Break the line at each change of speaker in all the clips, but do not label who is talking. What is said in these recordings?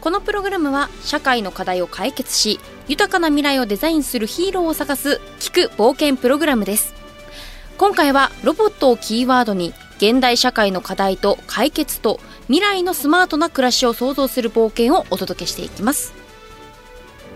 このプログラムは社会の課題を解決し豊かな未来をデザインするヒーローを探す聞く冒険プログラムです今回はロボットをキーワードに現代社会の課題と解決と未来のスマートな暮らしを創造する冒険をお届けしていきます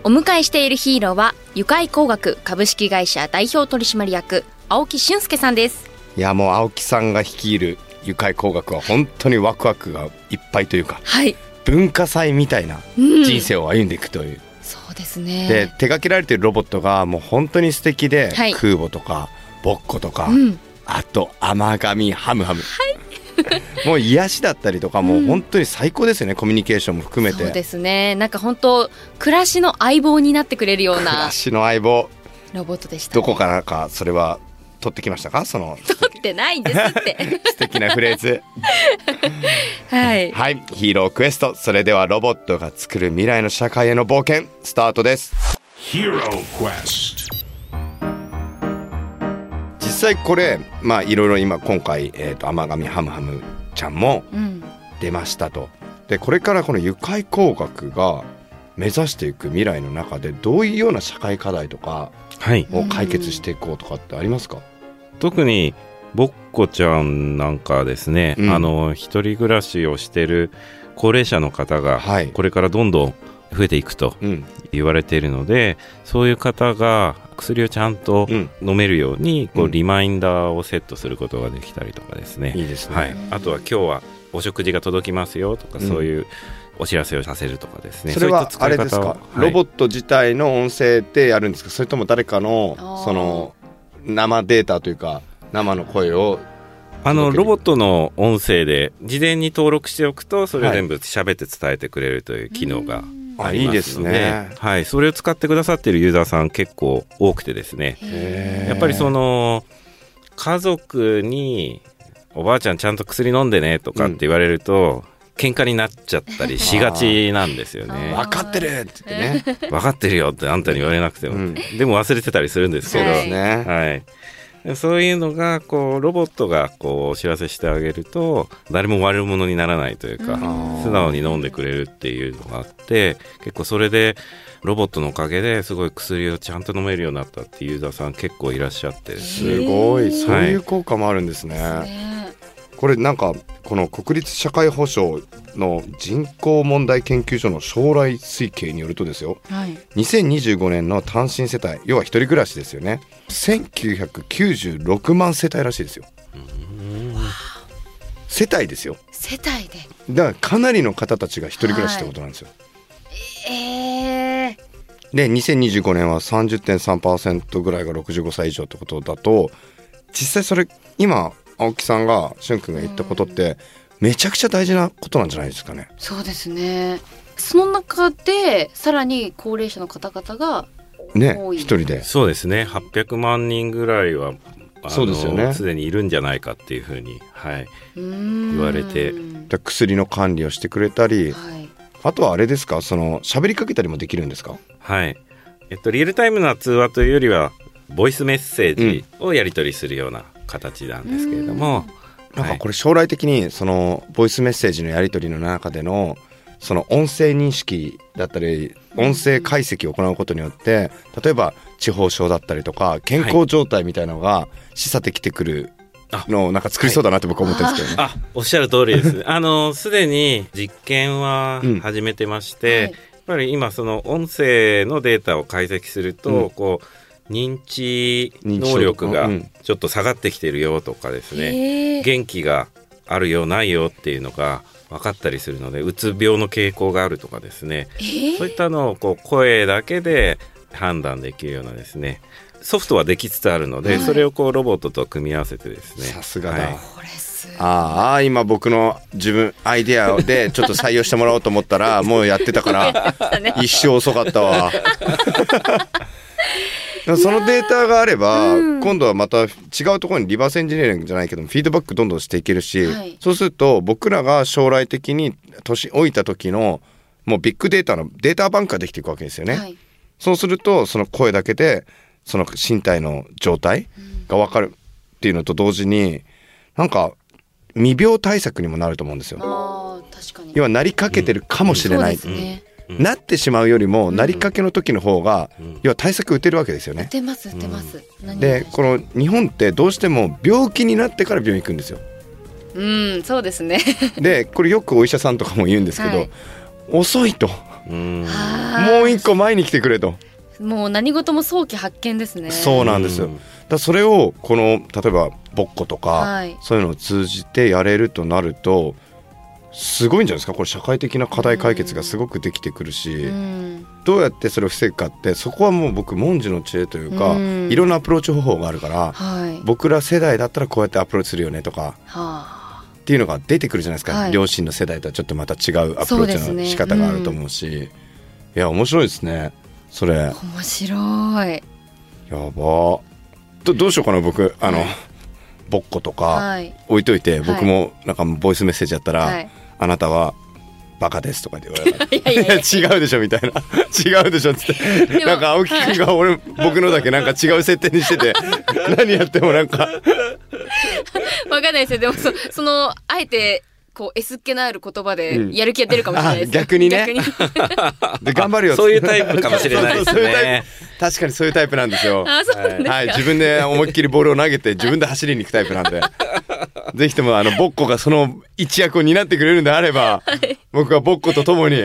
お迎えしているヒーローは愉快工学株式会社代表取締役青木俊介さんです
いやもう青木さんが率いる愉快工学は本当にワクワクがいっぱいというか
はい
文化祭みたいな人生を歩んでいくという。
そうですね
で手掛けられているロボットがもう本当に素敵で、
はい
空母とかボッコとか、
うん
あと甘神ハムハム。 もう癒しだったりとかもう本当に最高ですよね、コミュニケーションも含めて
そうですねなんか本当暮らしの相棒になってくれるよう
暮
な
らしの相棒
ロボットでした、
どこからかそれは取ってきましたかその
取ってないんですって
素敵なフレーズ
はい
はい、ヒーロークエスト、それではロボットが作る未来の社会への冒険、スタートです。
Hero Quest.
実際これ、まあいろいろ今今回、えっ、と、甘神ハムハムちゃんも
うん
出ましたと。で、これからこの愉快工学が目指していく未来の中で、どういうような社会課題とか
はい、
を解決していこうとかってありますか、
特にぼっこちゃんなんかはですね、
うん
あの一人暮らしをしてる高齢者の方が
はい
これからどんどん増えていくと
うん、
言われているので、そういう方が薬をちゃんと
うん
飲めるようにこ
う
うんリマインダーをセットすることができたりとかですね、
いいですね。
はい、あとは今日はお食事が届きますよとか、
うん
そういうお知らせをさせるとかですね
それ
うい
は
った
あ
使い
れ
方
ですか、
ははい
ロボット自体の音声でやるんですかそれとも誰かの
あー
その生データというか生の声を
あ
届け
の
る
ロボットの音声で事前に登録しておくとそれを全部喋って伝えてくれるという機能がありますので,、
あいいですね
はい、それを使ってくださっているユーザーさん結構多くてですねやっぱりその家族に「おばあちゃんちゃんと薬飲んでね」とかって言われると、喧嘩になっちゃったりしがちなんですよね
分かってるって言ってね。
分かってるよってあんたに言われなくても、
うん
でも忘れてたりするんですけ
そう
ど、
ですね。
はい、そういうのがこうロボットがこうお知らせしてあげると誰も悪者にならないというか、
ん
素直に飲んでくれるっていうのがあって結構それでロボットのおかげですごい薬をちゃんと飲めるようになったっていうユーザーさん結構いらっしゃって
すごい、
へー
そういう効果もあるんですね。これなんかこの国立社会保障の人口問題研究所の将来推計によるとですよ。
はい
2025年の単身世帯、要は一人暮らしですよね。1996万世帯らしいですよ。世帯ですよ。
世帯で
だからかなりの方たちが一人暮らしってことなんですよ。
ええ
で2025年は30.3%ぐらいが65歳以上ってことだと実際それ今青木さんがしゅんくんが言ったことってめちゃくちゃ大事なことなんじゃないですかね。
そうですねその中でさらに高齢者の方々が
ね
多い
一人で。
そうですね800万人ぐらいはあの
そうですよね
でにいるんじゃないかっていうふうに、はい、
言
言われて
だから薬の管理をしてくれたり
はい
あとはあれですかその喋りかけたりもできるんですか
はい。えっと、リアルタイムな通話というよりは、ボイスメッセージをやり取りするような形なんですけれども、
なん
は
か
い
これ将来的にそのボイスメッセージのやり取りの中でのその音声認識だったり音声解析を行うことによって例えば地方症だったりとか健康状態みたいなのが示唆できてくる
あ
のをなんか作りそうだなって僕は思ってるんですけどね。
あ、おっしゃる通 りですね。あの、すでに実験は
うん
始めてまし
はい
て、やっぱり今その音声のデータを解析すると、
うん
こう、認知
認知
能力が
うん
ちょっと下がってきてるよとかですね、
ええ
元気があるよないよっていうのが分かったりするので、うつ病の傾向があるとかですね、
え
そういったのをこう声だけで判断できるようなですねソフトはできつつあるの
は
で、
い
それをこうロボットと組み合わせてですね
さすがだ
はい
これす
ああ今僕の自分アイデアでちょっと採用してもらおうと思った らもうやってたから
だね
一生遅かった わでもそのデータがあれば、今度はまた違うところにリバースエンジニアリングじゃないけどもフィードバックどんどんしていけるし、
はい
そうすると僕らが将来的に年老いた時のもうビッグデータのデータバンクができていくわけですよね。
はい
そうするとその声だけでその身体の状態が分かるっていうのと同時になんか未病対策にもなると思うんですよ。
あー確かに
要はなりかけてるかもしれない、
そうですね
なってしまうよりもなりかけの時の方が、要は対策打てるわけですよ
打
ね。
てます打てます、何
でこの日本ってどうしても病気になってから病院行くんですよ。
うんそうですね
でこれよくお医者さんとかも言うんですけど、
はい
遅いと
うん
も
も
う一個前に来てくれと。
もう何事も早期発見ですね
そうなんですよ。
うん
だからそれをこの例えばボッコとか、
はい
そういうのを通じてやれるとなるとすごいんじゃないですかこれ社会的な課題解決がすごくできてくるし、
うん
どうやってそれを防ぐかってそこはもう僕文字の知恵というか、
うん
いろんなアプローチ方法があるから、
はい
僕ら世代だったらこうやってアプローチするよねとか
はあ
っていうのが出てくるじゃないですか、
はい
両親の世代とはちょっとまた違うアプローチの仕方があると思うしいや面白いですねそれや
面白い
ばどどうしようかな僕あのぼっことか
はい
置いといて、
い
僕もなんかボイスメッセージやったら「
はい
あなたはバカです」とか言って言われた
いやいやいや
違うでしょみたいな 違うでしょっつって
も
なんか青木君が 俺、僕のだけなんか違う設定にしてて何やってもなんか
わかんないですよ。でもそ、 その、あえて、こう、S っ気のある言葉
うん
で、やる気が出るかもしれないです。
あ逆にね
に
で頑張るよっつって
そういうタイプかもしれないで す
そうそうそういうタイ
ね。
プ確かにそういうタイプなんです よ
あ、そうなんですか。
はい、自分で思いっきりボールを投げて自分で走りに行くタイプなん でぜひともあのボッコがその一役を担ってくれるんであれば、僕はボッコと共に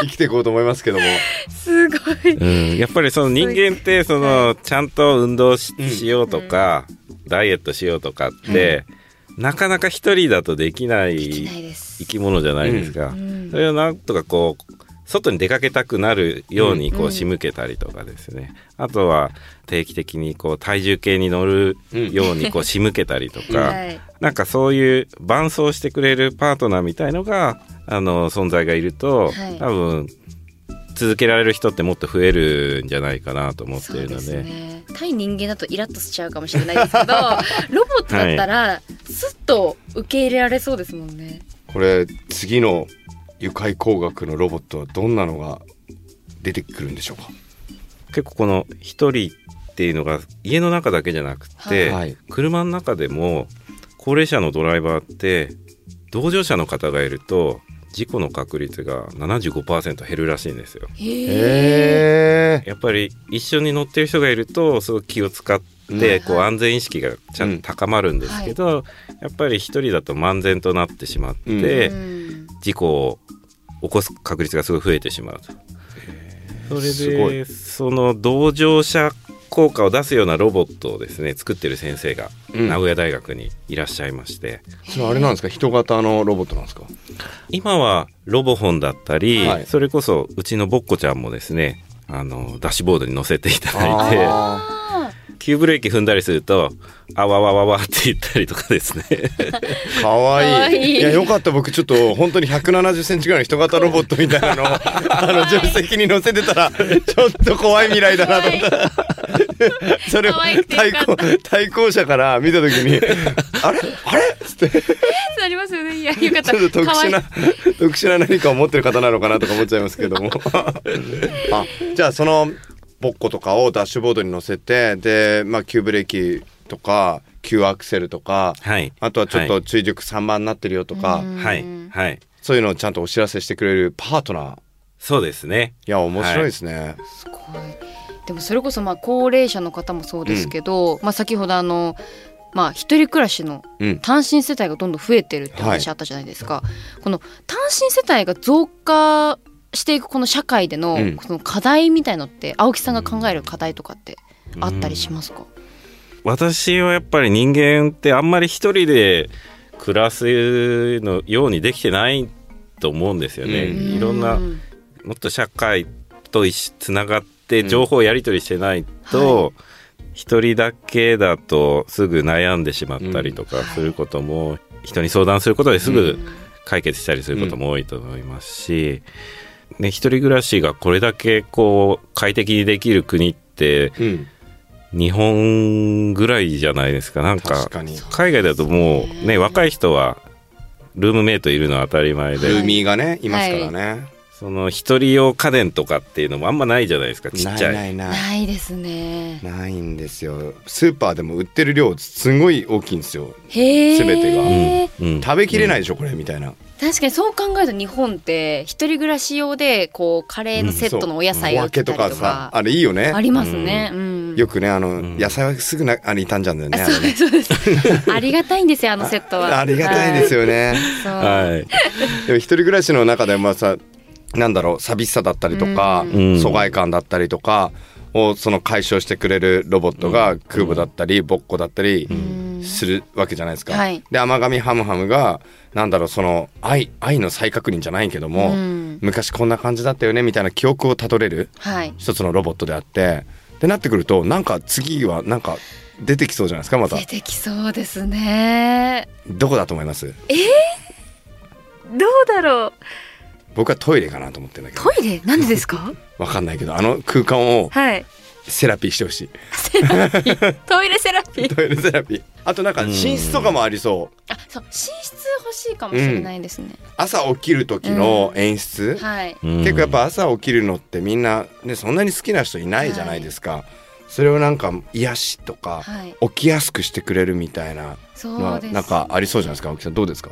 生きていこうと思いますけども
すごい。
うん、やっぱりその人間ってそのちゃんと運動ししようとか、ダイエットしようとかって、なかなか一人だとできない
できないです
生。き物じゃないですか、
ん
それをなんとかこう外に出かけたくなるように
う
こ
ん
う仕向けたりとかですね、あとは定期的にこう体重計に乗るようにこう仕向けたりとか、
はい
なんかそういう伴走してくれるパートナーみたいのがあの存在がいると、
はい
多分続けられる人ってもっと増えるんじゃないかなと思って
そ
いうる
で
の
す
で。
ね。対人間だとイラッとしちゃうかもしれないです けど、ロボットだったら、すっと受け入れられそうですもんね。
これ次の愉快工学のロボットはどんなのが出てくるんでしょうか
結構この一人っていうのが家の中だけじゃなくて、
はい
車の中でも高齢者のドライバーって同乗者の方がいると事故の確率が75%減るらしいんですよ。
へえ。
へえ
やっぱり一緒に乗ってる人がいるとすごく気を使って、こう安全意識がちゃんと高まるんですけど、やっぱり一人だと漫然となってしまって、
うん
事故を起こす確率がすごい増えてしまうと。それ
すご
でその同乗者効果を出すようなロボットをですね作ってる先生が
うん
名古屋大学にいらっしゃいまして、
それあれなんですか人型のロボットなんですか
今はロボホンだったり、
はい
それこそうちのぼっこちゃんもですねあのダッシュボードに乗せていただいて。
あ
急ブレーキ踏んだりすると、あわわわわって言ったりとかですね。
ーかわいい
かわいい
やよかった僕ちょっと本当に1 7 0センチぐらいの人型ロボットみたいな のをあの助手席に乗せてたらちょっと怖い未来だなと 思ったそれを
可愛くて
対
よか
抗対向車から見た時に「あれあれ?」っつってち
そうありますよね。いや、よかった。
ょっと特
かわ
殊
いい
な特殊な何かを持ってる方なのかなとか思っちゃいますけ どもあじゃあそのボッコとかをダッシュボードに乗せてで、まあ、急ブレーキとか急アクセルとか、
はい
あとはちょっと
は
追熟散漫になってるよとか、
はい。はい。
そういうのをちゃんとお知らせしてくれるパートナー
そうですね。
いや面白いですね、
すごいでもそれこそまあ高齢者の方もそうですけど、まあ先ほどあのまあ一人暮らしの
うん
単身世帯がどんどん増えてるって
はい
話あったじゃないですか、この単身世帯が増加していくこの社会での,、
うん
その課題みたいのって青木さんが考える課題とかってあったりしますか、
私はやっぱり人間ってあんまり一人で暮らすのようにできてないと思うんですよね。
うん
いろんな、
う
もっと社会と一緒つながって情報をやり取りしてないと、一人だけだとすぐ悩んでしまったりとかすることも人に相談することです
う
ぐ解決したりすることも多いと思いますし、ね、一人暮らしがこれだけこう快適にできる国って
うん
日本ぐらいじゃないですかなんか
確かに
海外だともうね若い人はルームメイトいるのは当たり前で、
ルーミーがねいますからね、
その一人用家電とかっていうのもあんまないじゃないですかちっちゃ
ないいないない
ないですね
ないんですよスーパーでも売ってる量すごい大きいんですよ
へえ
全てが
うん
食べきれないでしょこれみたいな
確かにそう考えると日本って一人暮らし用でこうカレーのセットのお野菜
お
が売
分
っ
け
て
と
たり
か
とか,、
さあれいいよね
ありますね、うん
よくねあの、
ん
野菜はすぐなあれ傷んじゃうんだよね
あそうですそうですありがたいんですよあのセット
あれ
は
ありがたいです
よ、
よね
そう
はい
でも一人暮らしの中でもさなんだろう寂しさだったりとか、
ん
疎外感だったりとかをその解消してくれるロボットが空母だったりボッコだったりするわけじゃないですか。
はい
で甘神ハムハムがなんだろうその愛愛の再確認じゃないけども、
うん
昔こんな感じだったよねみたいな記憶をたどれる
はい
一つのロボットであってってなってくるとなんか次はなんか出てきそうじゃないですかまた
出てきそうですね
どこだと思います
どうだろう
僕はトイレかなと思ってんだけど
トイレなんでですか
わかんないけどあの空間を
はい
セラピーしてほしい。
トイレセラピ ー
トイレセラピーあとなんか寝室とかもありそう
あそう寝室欲しいかもしれないですね、
朝起きる時の演出、
はい
結構やっぱ朝起きるのってみんな、ね、そんなに好きな人いないじゃないですか、それをなんか癒しとか、
はい
起きやすくしてくれるみたいなの
そう
は
です
なんかありそうじゃないですか青木さんどうですか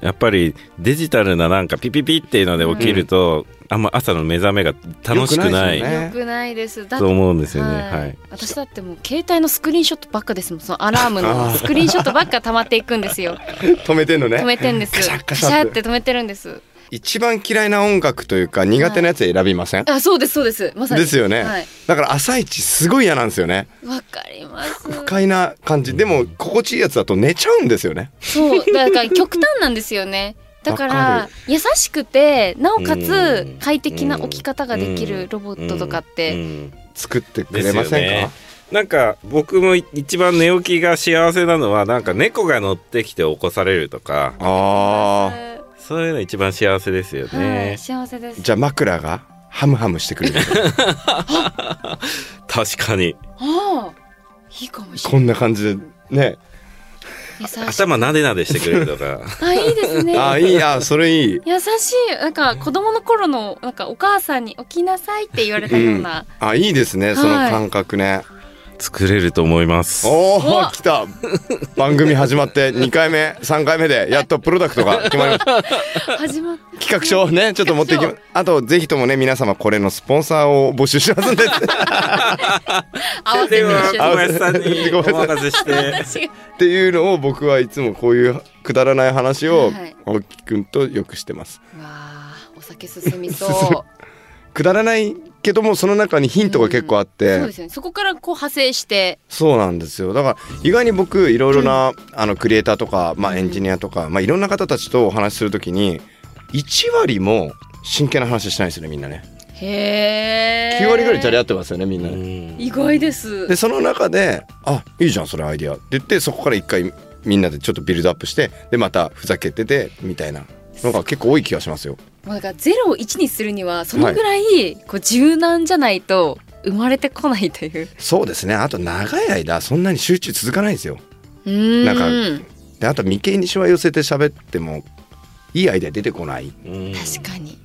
やっぱりデジタルななんかピピピっていうので起きると、あんま朝の目覚めが楽しくな
よくないですよね
い
良くないですだっ
と思うんですよね。はい、
私だってもう携帯のスクリーンショットばっかですもんそのアラームのスクリーンショットばっか溜まっていくんですよ
止めてんの
止
ね
めてんです
カ
カ
シ
シ
ャッ
ャ
カシャッて
って止めてるんです
一番嫌いな音楽というか苦手なやつ選びません、
あそうですそうですまさに
ですよね、
はい
だから朝一すごい嫌なんですよね
わかります
不快な感じでも心地いいやつだと寝ちゃうんですよね
そうだから極端なんですよねだか
わから
優しくてなおか
う
つ
ん
快適な置き方ができるロボットとかっ
う
て
ん
作ってく
で
れ
すよ
ませんか、
ね。なんか僕もい一番寝起きが幸せなのはなんか猫が乗ってきて起こされるとか
ああ
は
そういうの一番幸せですよね
い。幸せです
じゃあ枕がハムハムしてくれる
確かに
ああいいかもしれ
こ
ない
んな感じでね
優しい
頭なでなでしてくれると か
あいいですね
あーいいあーそれいい
優しいなんか子供の頃のなんかお母さんに起きなさいって言われたような、
あいいですねその感覚ね、
作れると思います。
お
う
お
わ
来た番組始まって2回目3回目でやっとプロダクトが決まりました
始まっ
企画書をねちょっと持っていきまあとぜひともね皆様これのスポンサーを募集しますんでっ
合わせ
で
て
は
一緒
小
に
林さんにお任せして。
私が
ていうのを僕はいつもこういうくだらない話を
はい
青木くんとよくしてます
わあお酒進 みそ
くだらないけどもその中にヒントが結構あっ
う
て、
そうですよねそこからこう派生して
そうなんですよだから意外に僕いろいろな、あのクリエイターとか、まあ、エンジニアとか、まあ、いろんな方たちとお話しするときに1割も真剣な話しないですよねみんなね
へえ
9割ぐらいじゃれ合ってますよねみんなね
意外です
でその中で「あいいじゃんそれアイディア」って言ってそこから一回みんなでちょっとビルドアップしてでまたふざけててみたいなのが結構多い気がしますよ
もうなんかゼロを1にするにはそのぐらいこう柔軟じゃないと生まれてこないという、
そうですねあと長い間そんなに集中続かないですよ
うーん
なんであと眉間にしわ寄せて喋ってもいいアイデア出てこない
うん
確かに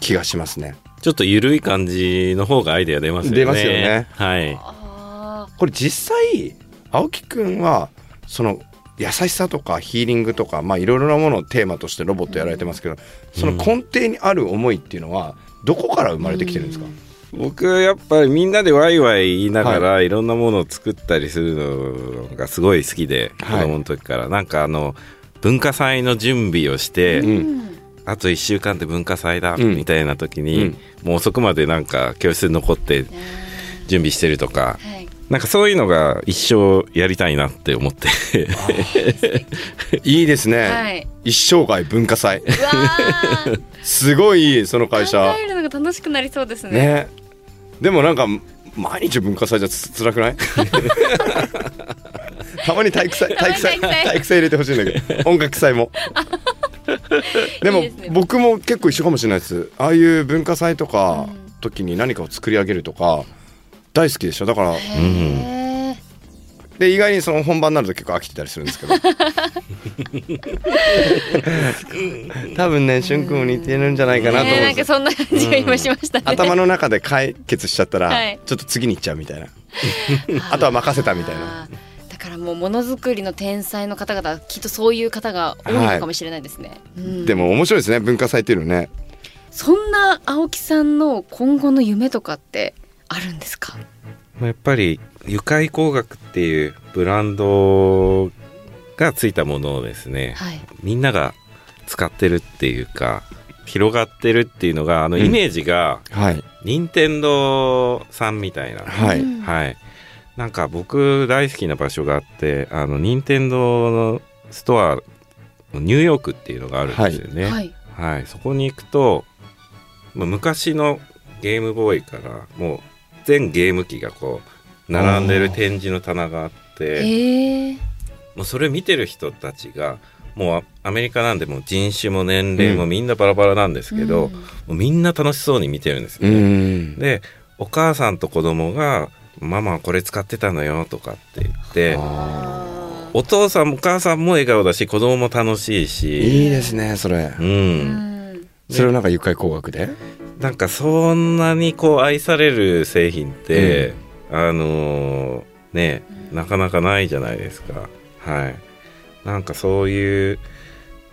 気がしますね
ちょっとゆるい感じの方がアイデア出ますよね。
出ますよね
はい。
あ
これ実際青木くんはその優しさとかヒーリングとかまあいろいろなものをテーマとしてロボットやられてますけど、その根底にある思いっていうのはどこから生まれてきてるんですか、
僕やっぱりみんなでワイワイ言いながらいろんなものを作ったりするのがすごい好きで、
はい
子供の時からなんかあの文化祭の準備をして、
ー
うん
あと1週間で文化祭だ
うん
みたいな時に、もう遅くまでなんか教室に残って準備してるとか
はい
なんかそういうのが一生やりたいなって思って
いいですね、
はい
一生涯文化祭
うわあ
すごいいいその会
考
社
えるのが楽しくなりそうですね
ね でもなんか毎日文化祭じゃつ辛くないたまに体育祭体育祭
たまに体育祭
体育祭入れてほしいんだけど音楽祭 もでも
いいですね
僕も結構一緒かもしれないですああいう文化祭とか
うん
時に何かを作り上げるとか大好きでしょだから
へー
で意外にその本番になると結構飽きてたりするんですけ ど多分ねしゅんくんも似てるんじゃないかなと思
ね
う
なんん
で
か
すよ
そんな感じが今しましたね。
頭の中で解決しちゃったら、
はい
ちょっと次に行っちゃうみたいな あとは任せたみたいな
あー。だからもうものづくりの天才の方々はきっとそういう方が多いのかもしれないですね。うん
でも面白いですね文化祭っていうのね
そんな青木さんの今後の夢とかってあるんですか。
まあやっぱり愉快工学っていうブランドがついたものをですね、
はい。
みんなが使ってるっていうか広がってるっていうのがあの
うん
イメージが
はい
任天堂さんみたいな、
はい、
うん
はいなんか僕大好きな場所があってあの任天堂のストアニューヨークっていうのがあるんですよね、
はい。
はい、そこに行くと、まあ、昔のゲームボーイからもう全ゲーム機がこう並んでる展示の棚があって
へえ。
もうそれ見てる人たちがもうアアメリカなんでもう人種も年齢もみんなバラバラなんですけど、
うん
もうみんな楽しそうに見てるんです
う
よね。
ん
でお母さんと子供が「ママはこれ使ってたのよ」とかって言って
あ
お父さんもお母さんも笑顔だし子供も楽しいし。
いいですねそれ、
うん
ーうん
それをなんか愉快工学で
なんかそんなにこう愛される製品って、あのーねなかなかないじゃないですかはいなんかそういう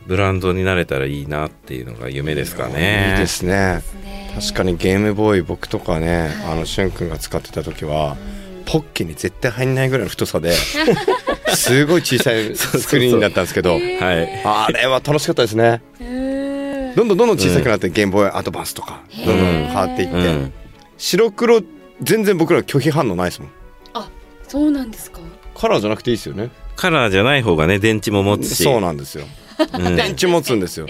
ブランドになれたらいいなっていうのが夢ですかね
いいですね
ね
確かにゲームボーイ僕とかね、
はい
あのしゅんくんが使ってた時はポッケに絶対入んないぐらいの太さで すごい小さいスクリーンだったんですけ ど
はい
あれは楽しかったですね
うん
どんどんどんどん小さくなって、ゲームボーイアドバンスとかどんどん変わっていって、
うん
白黒全然僕ら拒否反応ないですもん
そうなんですか。
カラーじゃなくていいですよね
カラーじゃない方がね電池も持つし
そうなんですよ
うん
電池持つんです よ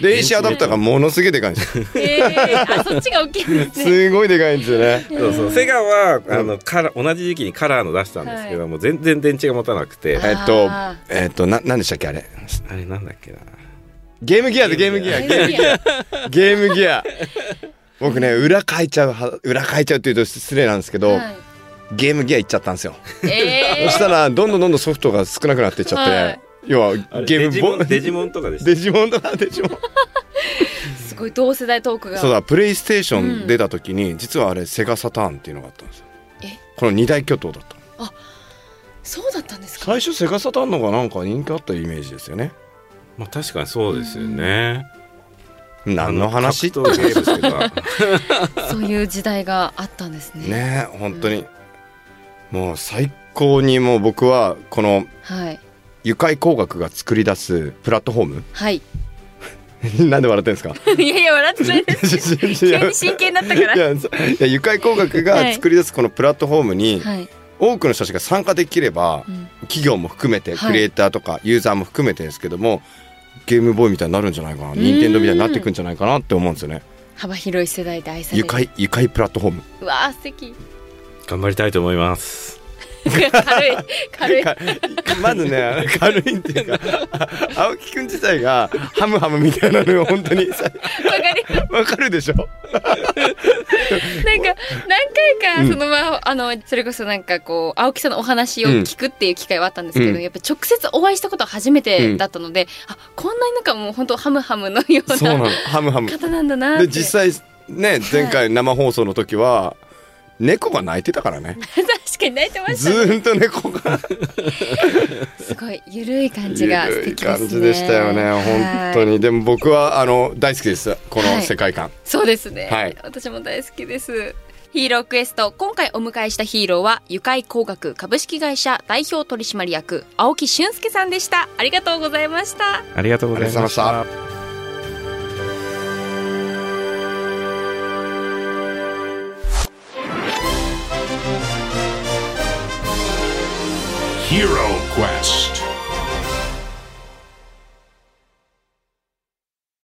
で AC アダプターがものすげえでかいんですよ
ええ。あそっちが大きいんですね。
すごいでかいんですよね
そうそうセガはあのカラー同じ時期にカラーの出したんですけど、も全然電池が持たなくて
えっと
あ
えっとな何でしたっけあれ
あれなんだっけな
ゲームギアでゲームギアゲームギアゲームギア僕ね裏書いちゃうは裏書いちゃうっていうと失礼なんですけど、
はい
ゲームギア行っちゃったんですよ
え
そしたらどんどんどんどんソフトが少なくなっていっちゃって、
はい
要は
あれ
ゲー
デ
ム
ジ
ボ
モンデジモンとかで した
デジモンだデジモン
ー、すごい同世代トークが。
そうだプレイステーション出た時に、実はあれセガサターンっていうのがあったんですよ
え
この二大巨頭だった
そうだったんですか。
最初セガサターンの方がなんか人気あったイメージですよね
まあ確かにそうですよね、
何の話って
とゲ
いう
ームとか
そういう時代があったんですね。
ねえ本当に、もう最高にもう僕はこの
はい。
愉快工学が作り出すプラットフォーム
はい。
なんで笑ってんですか
いやいや、笑ってないです。
い
急
や
に真剣だったから。
い
は
やそいや愉快工学が作り出すこのプラットフォームに
い。
多くの人たちが参加できれば
うん
企業も含めて
は
ク
い
リエイターとかユーザーも含めてですけどもゲームボーイみたいになるんじゃないかな任天堂みたいになっていくんじゃないかなって思うんですよね
幅広い世代で愛され
愉
る。
快愉快プラットフォー ム
うわあ、素敵。
頑張りたいと思います。
軽い。軽い。
まずね軽いって いうかあ青木くん自体がハムハムみたいなのを本当にさ
わかり
わかるでしょ
なんか何回
うん
かそのまああのそれこそなんかこう青木さんのお話を聞くっていう機会はあったんですけど、
うん
やっぱ直接お会いしたことは初めてだったので、あこんなになんかもう本当ハムハムのよう
そうなの
な
ハムハム
方なんだなって
で実際ね前回生放送の時は猫が泣いてたからね
確かに泣いてまし
ず
たね
ーんと猫が
すごいゆるい感じが素
いい
敵ですね
感じでしたよね本当
はい
にでも僕はあの大好きですこの世界観
そうですね、
はい
私も大好きですヒーロークエスト今回お迎えしたヒーローは愉快工学株式会社代表取締役青木俊介さんでしたありがとうございました
ありがとうございまし
ありがとうございました
た。
Hero Quest.